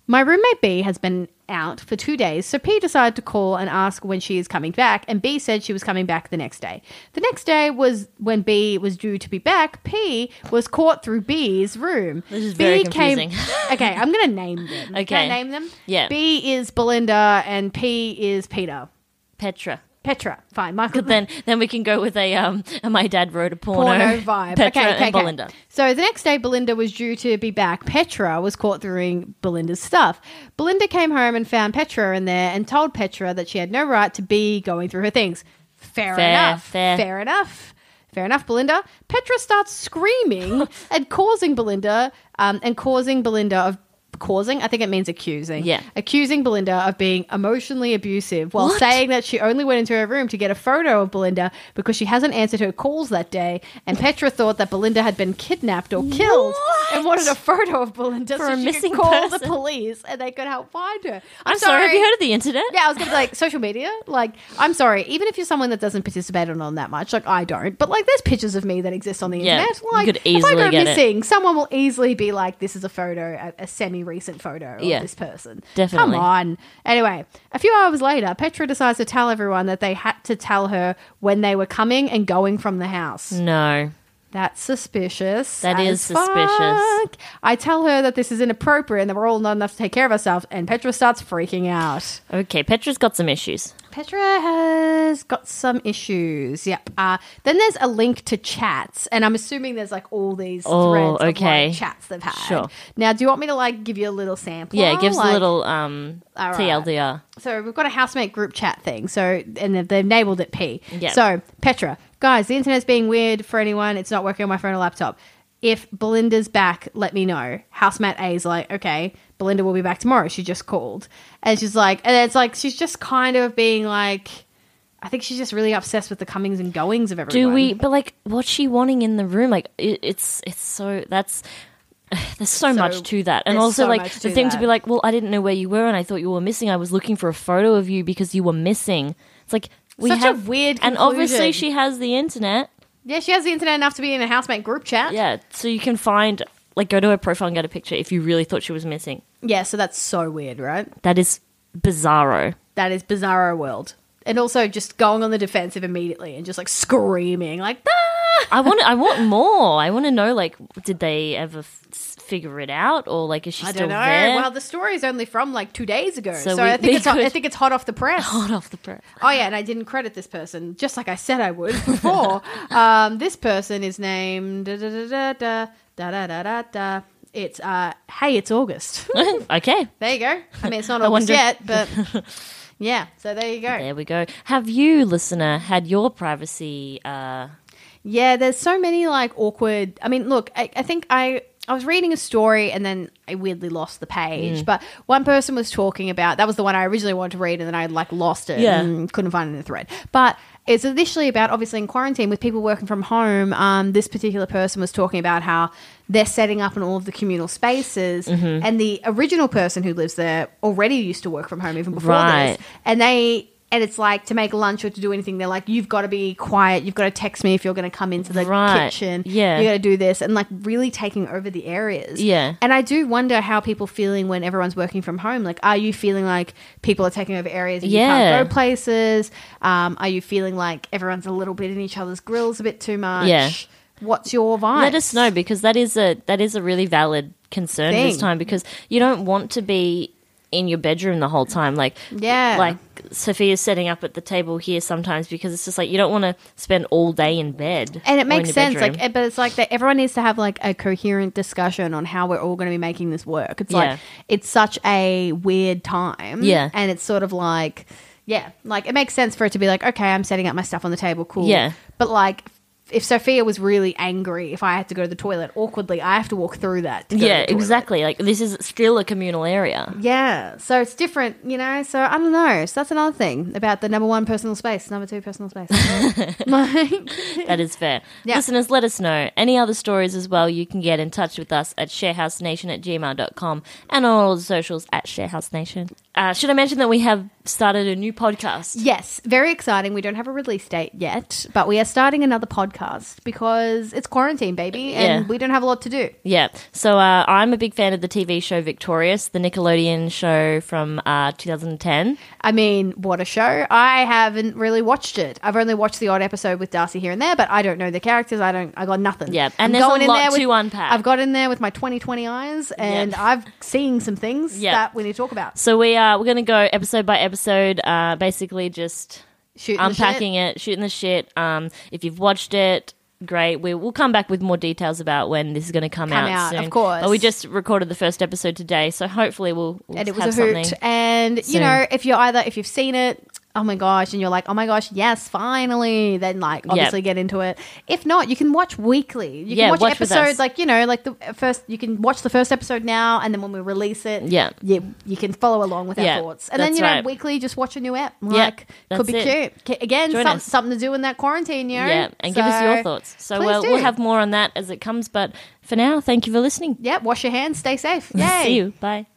Speaker 2: my roommate B has been out for two days, so P decided to call and ask when she is coming back, and B said she was coming back the next day. The next day was when B was due to be back. P was caught through B's room. This
Speaker 1: is very confusing.
Speaker 2: okay, I'm going to name them. Can I
Speaker 1: Okay.
Speaker 2: name them?
Speaker 1: Yeah.
Speaker 2: B is Belinda, and P is Peter.
Speaker 1: petra
Speaker 2: Petra. Fine. Michael.
Speaker 1: then then we can go with a um my dad wrote a porno,
Speaker 2: porno vibe.
Speaker 1: Petra
Speaker 2: okay, okay,
Speaker 1: and
Speaker 2: okay.
Speaker 1: Belinda.
Speaker 2: So the next day, Belinda was due to be back. Petra was caught throwing Belinda's stuff. Belinda came home and found Petra in there and told Petra that she had no right to be going through her things. Fair,
Speaker 1: Fair,
Speaker 2: enough.
Speaker 1: fair.
Speaker 2: enough. Fair enough, Belinda. Petra starts screaming and causing Belinda um, and causing Belinda of causing. I think it means accusing.
Speaker 1: Yeah.
Speaker 2: accusing Belinda of being emotionally abusive while
Speaker 1: What?
Speaker 2: saying that she only went into her room to get a photo of Belinda because she hasn't answered her calls that day. And Petra thought that Belinda had been kidnapped or killed and wanted a photo of Belinda
Speaker 1: For
Speaker 2: so
Speaker 1: a
Speaker 2: she
Speaker 1: missing
Speaker 2: could call the
Speaker 1: person.
Speaker 2: police and they could help find her.
Speaker 1: I'm sorry. Have you heard of the internet?
Speaker 2: Yeah, I was gonna be like social media. Like, I'm sorry. Even if you're someone that doesn't participate on on that much, like I don't, but like, there's pictures of me that exist on the
Speaker 1: Yeah,
Speaker 2: internet.
Speaker 1: you
Speaker 2: Like,
Speaker 1: could
Speaker 2: if I
Speaker 1: easily
Speaker 2: go
Speaker 1: get it.
Speaker 2: missing, someone will easily be like, "This is a photo, a, a semi-recent photo of
Speaker 1: Yeah,
Speaker 2: this person."
Speaker 1: definitely.
Speaker 2: Come on. Anyway, a few hours later, Petra decides to tell everyone that they had to tell her when they were coming and going from the house.
Speaker 1: No.
Speaker 2: That's suspicious.
Speaker 1: Mm. That
Speaker 2: as
Speaker 1: is suspicious.
Speaker 2: fuck. I tell her that this is inappropriate and that we're all not enough to take care of ourselves, and Petra starts freaking out.
Speaker 1: Okay, Petra's got some issues.
Speaker 2: Petra has got some issues. Yep. Uh, then there's a link to chats, and I'm assuming there's like all these
Speaker 1: Oh,
Speaker 2: threads of,
Speaker 1: okay.
Speaker 2: like, chats they've had.
Speaker 1: Sure.
Speaker 2: Now, do you want me to like give you a little sample?
Speaker 1: Yeah, it gives
Speaker 2: Like-
Speaker 1: a little um
Speaker 2: All right.
Speaker 1: TLDR.
Speaker 2: So we've got a housemate group chat thing. So and they've, they've enabled it P.
Speaker 1: Yep.
Speaker 2: So Petra, guys, the internet's being weird for anyone. It's not working on my phone or laptop. If Belinda's back, let me know. Housemate A's like, okay, Belinda will be back tomorrow. She just called, and she's like, and it's like she's just kind of being like, I think she's just really obsessed with the comings and goings of everyone.
Speaker 1: Do we? But like, what's she wanting in the room? Like, it, it's it's so that's there's so, much to that, and
Speaker 2: there's
Speaker 1: also
Speaker 2: so
Speaker 1: like
Speaker 2: much
Speaker 1: the
Speaker 2: to
Speaker 1: thing to
Speaker 2: that.
Speaker 1: be like, well, I didn't know where you were, and I thought you were missing. I was looking for a photo of you because you were missing. It's like we
Speaker 2: Such a
Speaker 1: have
Speaker 2: weird
Speaker 1: and obviously
Speaker 2: conclusion.
Speaker 1: she has the internet.
Speaker 2: Yeah, she has the internet enough to be in a housemate group chat.
Speaker 1: Yeah, so you can find like go to her profile and get a picture if you really thought she was missing.
Speaker 2: Yeah, so that's so weird, right?
Speaker 1: That is bizarro.
Speaker 2: That is bizarro world. And also just going on the defensive immediately and just like screaming, like, ah!
Speaker 1: I want I want more. I want to know like did they ever f- figure it out or like is she
Speaker 2: I
Speaker 1: still
Speaker 2: don't know.
Speaker 1: there?
Speaker 2: Well, the story is only from like two days ago,
Speaker 1: So
Speaker 2: so,
Speaker 1: we-
Speaker 2: I
Speaker 1: they
Speaker 2: think it's hot, I
Speaker 1: could-
Speaker 2: think it's hot off the press.
Speaker 1: Hot off the press.
Speaker 2: Oh yeah, and I didn't credit this person, just like I said I would before. um, this person is named da da da da da da da da da. It's uh, hey, it's August.
Speaker 1: okay.
Speaker 2: there you go. I mean, it's not
Speaker 1: I
Speaker 2: August
Speaker 1: wonder-
Speaker 2: yet, but yeah. So there you go.
Speaker 1: There we go. Have you, listener, had your privacy? Uh,
Speaker 2: Yeah, there's so many like awkward. I mean, look, I, I think I I was reading a story and then I weirdly lost the page. But one person was talking about that was the one I originally wanted to read and then I like lost it
Speaker 1: Yeah.
Speaker 2: and couldn't find it in the thread. But it's initially about obviously in quarantine with people working from home. Um, this particular person was talking about how they're setting up in all of the communal spaces, and the original person who lives there already used to work from home even before
Speaker 1: Right.
Speaker 2: this and they and it's like to make lunch or to do anything they're like you've got to be quiet you've got to text me if you're going to come into the
Speaker 1: Right.
Speaker 2: kitchen
Speaker 1: Yeah.
Speaker 2: you got to do this and like really taking over the areas
Speaker 1: Yeah.
Speaker 2: and i do wonder how people feeling when everyone's working from home like are you feeling like people are taking over areas and you
Speaker 1: Yeah.
Speaker 2: can't go places um, are you feeling like everyone's a little bit in each other's grills a bit too much
Speaker 1: Yeah.
Speaker 2: what's your vibe
Speaker 1: Let us know because that is a that is a really valid concern this
Speaker 2: Thing.
Speaker 1: time because you don't want to be in your bedroom the whole time. Like
Speaker 2: Yeah.
Speaker 1: like Sophia's setting up at the table here sometimes because it's just like you don't want to spend all day in bed
Speaker 2: and
Speaker 1: or
Speaker 2: it
Speaker 1: in
Speaker 2: makes
Speaker 1: your
Speaker 2: sense
Speaker 1: bedroom.
Speaker 2: like eh, but it's like that everyone needs to have like a coherent discussion on how we're all going to be making this work it's
Speaker 1: Yeah.
Speaker 2: like it's such a weird time
Speaker 1: Yeah.
Speaker 2: and it's sort of like yeah like it makes sense for it to be like okay i'm setting up my stuff on the table cool
Speaker 1: Yeah.
Speaker 2: but like if sophia was really angry if i had to go to the toilet awkwardly i have to walk through that to go to
Speaker 1: yeah,
Speaker 2: the toilet.
Speaker 1: exactly. Like this is still a communal area.
Speaker 2: yeah so it's different you know so i don't know so that's another thing about the number one personal space number two personal space Like-
Speaker 1: That is fair.
Speaker 2: Yeah.
Speaker 1: Listeners, let us know. Any other stories as well, you can get in touch with us at sharehousenation at gmail.com and on all the socials at sharehousenation. Uh, should I mention that we have started a new podcast?
Speaker 2: Yes, very exciting. We don't have a release date yet, but we are starting another podcast because it's quarantine, baby, and
Speaker 1: Yeah.
Speaker 2: we don't have a lot to do.
Speaker 1: Yeah. So uh, I'm a big fan of the TV show Victorious, the Nickelodeon show from uh, 2010.
Speaker 2: I mean, what a show. I haven't really watched it. I've only watched the odd episode with Darcy here and there, but I don't know the characters. I don't I got nothing.
Speaker 1: Yeah,
Speaker 2: I'm
Speaker 1: and there's a lot
Speaker 2: with,
Speaker 1: to unpack.
Speaker 2: I've got in there with my 2020 eyes and
Speaker 1: Yep.
Speaker 2: I've seen some things
Speaker 1: Yep.
Speaker 2: that we need to talk about.
Speaker 1: So we are we're going to go episode by episode, uh, basically just
Speaker 2: Shooting the shit.
Speaker 1: unpacking it, shooting the shit. Um, if you've watched it, great. We, we'll come back with more details about when this is going to come,
Speaker 2: Come
Speaker 1: out,
Speaker 2: out,
Speaker 1: soon.
Speaker 2: of course.
Speaker 1: But we just recorded the first episode today, so hopefully we'll, we'll
Speaker 2: and it
Speaker 1: have
Speaker 2: was a hoot.
Speaker 1: something.
Speaker 2: And you
Speaker 1: soon.
Speaker 2: know, if you're either if you've seen it, oh my gosh, and you're like, oh my gosh, yes, finally, then like obviously get into it. If not, you can watch weekly. You
Speaker 1: Yeah,
Speaker 2: can watch,
Speaker 1: watch with us.
Speaker 2: episodes like you know, like the first. You can watch the first episode now, and then when we release it,
Speaker 1: Yeah.
Speaker 2: you, you can follow along with
Speaker 1: Yeah,
Speaker 2: our thoughts. And then
Speaker 1: that's
Speaker 2: you know,
Speaker 1: right.
Speaker 2: weekly, just watch a new app.
Speaker 1: Yeah,
Speaker 2: Like
Speaker 1: that's
Speaker 2: could be
Speaker 1: it.
Speaker 2: cute. C- Again,
Speaker 1: Join
Speaker 2: some,
Speaker 1: us.
Speaker 2: something to do in that quarantine, you know?
Speaker 1: Yeah, and give us your
Speaker 2: So,
Speaker 1: thoughts. So
Speaker 2: please
Speaker 1: we'll,
Speaker 2: do.
Speaker 1: we'll have more on that as it comes. But for now, thank you for listening.
Speaker 2: Yeah, wash your hands, stay safe. Yay.
Speaker 1: See you. Bye.